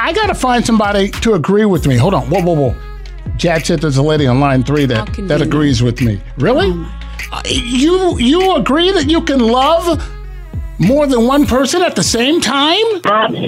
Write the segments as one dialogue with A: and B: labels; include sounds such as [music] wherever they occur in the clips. A: I gotta find somebody to agree with me. Hold on. Whoa, whoa, whoa. Jack said there's a lady on line three
B: How
A: that that
B: convenient.
A: agrees with me. Really? Uh, You you agree that you can love more than one person at the same time?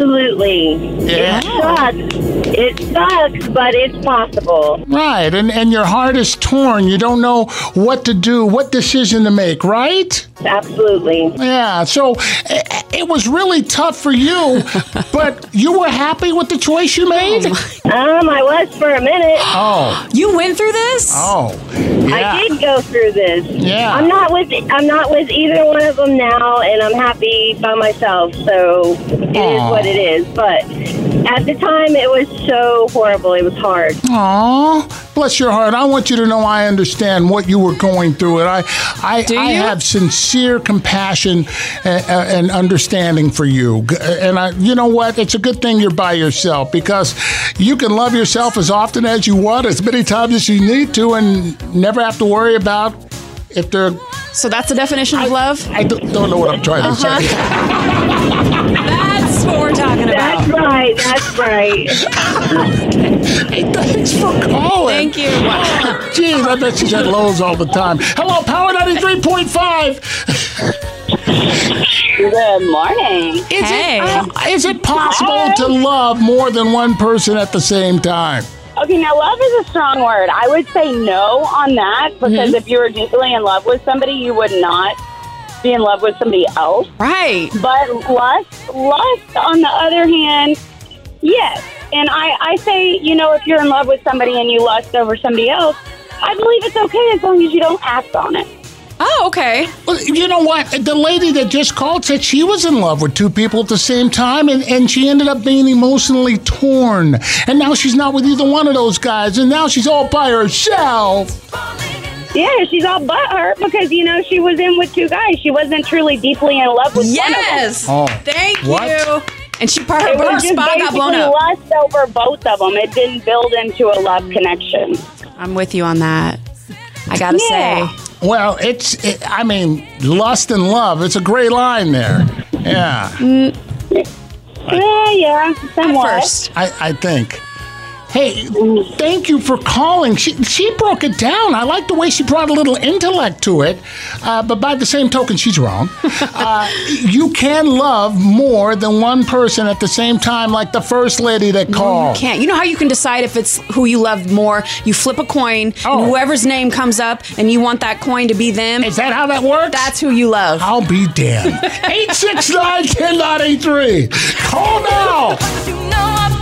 C: Absolutely.
A: Yeah.
C: It sucks. It sucks, but it's possible.
A: Right. And and your heart is torn. You don't know what to do, what decision to make, right?
C: Absolutely.
A: Yeah. So i- i- it was really tough for you, but you were happy with the choice you made?
C: Um, I was for a minute.
A: Oh.
B: You went through this?
A: Oh. Yeah.
C: I did go through this.
A: Yeah.
C: I'm not with I'm not with either one of them now, and I'm happy by myself. So it is
A: Aw.
C: what it is. But at the time, it was so horrible. It was hard.
A: Aw, bless your heart. I want you to know I understand what you were going through, and I, I,
B: Do
A: I
B: you?
A: have sincere compassion and, and understanding for you. G- uh, And I, you know what? It's a good thing you're by yourself because you can love yourself as often as you want, as many times as you need to, and never have to worry about if they're.
B: So that's the definition of love?
A: I don't, don't know what I'm trying to
B: Uh-huh.
A: say. [laughs]
B: That's what we're talking
C: That's
B: about.
C: right. That's right.
A: Hey, thanks for calling.
B: Thank you.
A: Jeez, I bet she's at Lowe's all the time. Hello, Power 93.5.
D: Good morning.
A: Is
B: Hey.
A: it uh, [laughs] is it possible to love more than one person at the same time?
C: Okay, now love is a strong word. I would say no on that because if you were deeply in love with somebody, you would not be in love with somebody else.
B: Right.
C: But lust, lust on the other hand, yes. And I, I say, you know, if you're in love with somebody and you lust over somebody else, I believe it's okay as long as you don't act on it.
B: Oh, okay.
A: Well, you know what? The lady that just called said she was in love with two people at the same time, and, and she ended up being emotionally torn. And now she's not with either one of those guys, and now she's all by herself.
C: Yeah, she's all butthurt because, you know, she was in with two guys. She wasn't truly deeply in love with one of them.
B: Yes.
A: Oh.
B: Thank
A: What?
B: you. And she her,
C: It
B: her
C: was just
B: spa got blown
C: basically
B: up.
C: lust over both of them. It didn't build into a love connection.
B: I'm with you on that. I gotta
C: Yeah.
B: say.
A: Well, it's, it, I mean, lust and love. It's a gray line there. Yeah.
C: Yeah, yeah,
B: At
C: somewhat.
B: first.
A: I, I think. Hey, thank you for calling. She, she broke it down. I like the way she brought a little intellect to it, uh, but by the same token, she's
B: [laughs]
A: wrong. uh, you can love more than one person at the same time, like the first lady that called.
B: Can't you know how you can decide if it's who you love more? You flip a coin,
A: Oh.
B: and whoever's name comes up, and you want that coin to be them.
A: Is that how that works?
B: That's who you love.
A: I'll be damned.
B: [laughs]
A: 869 1093. Call now.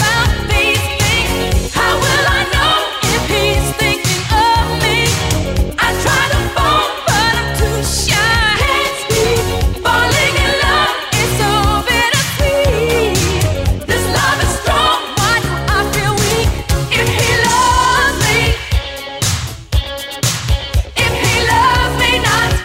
E: Hmm,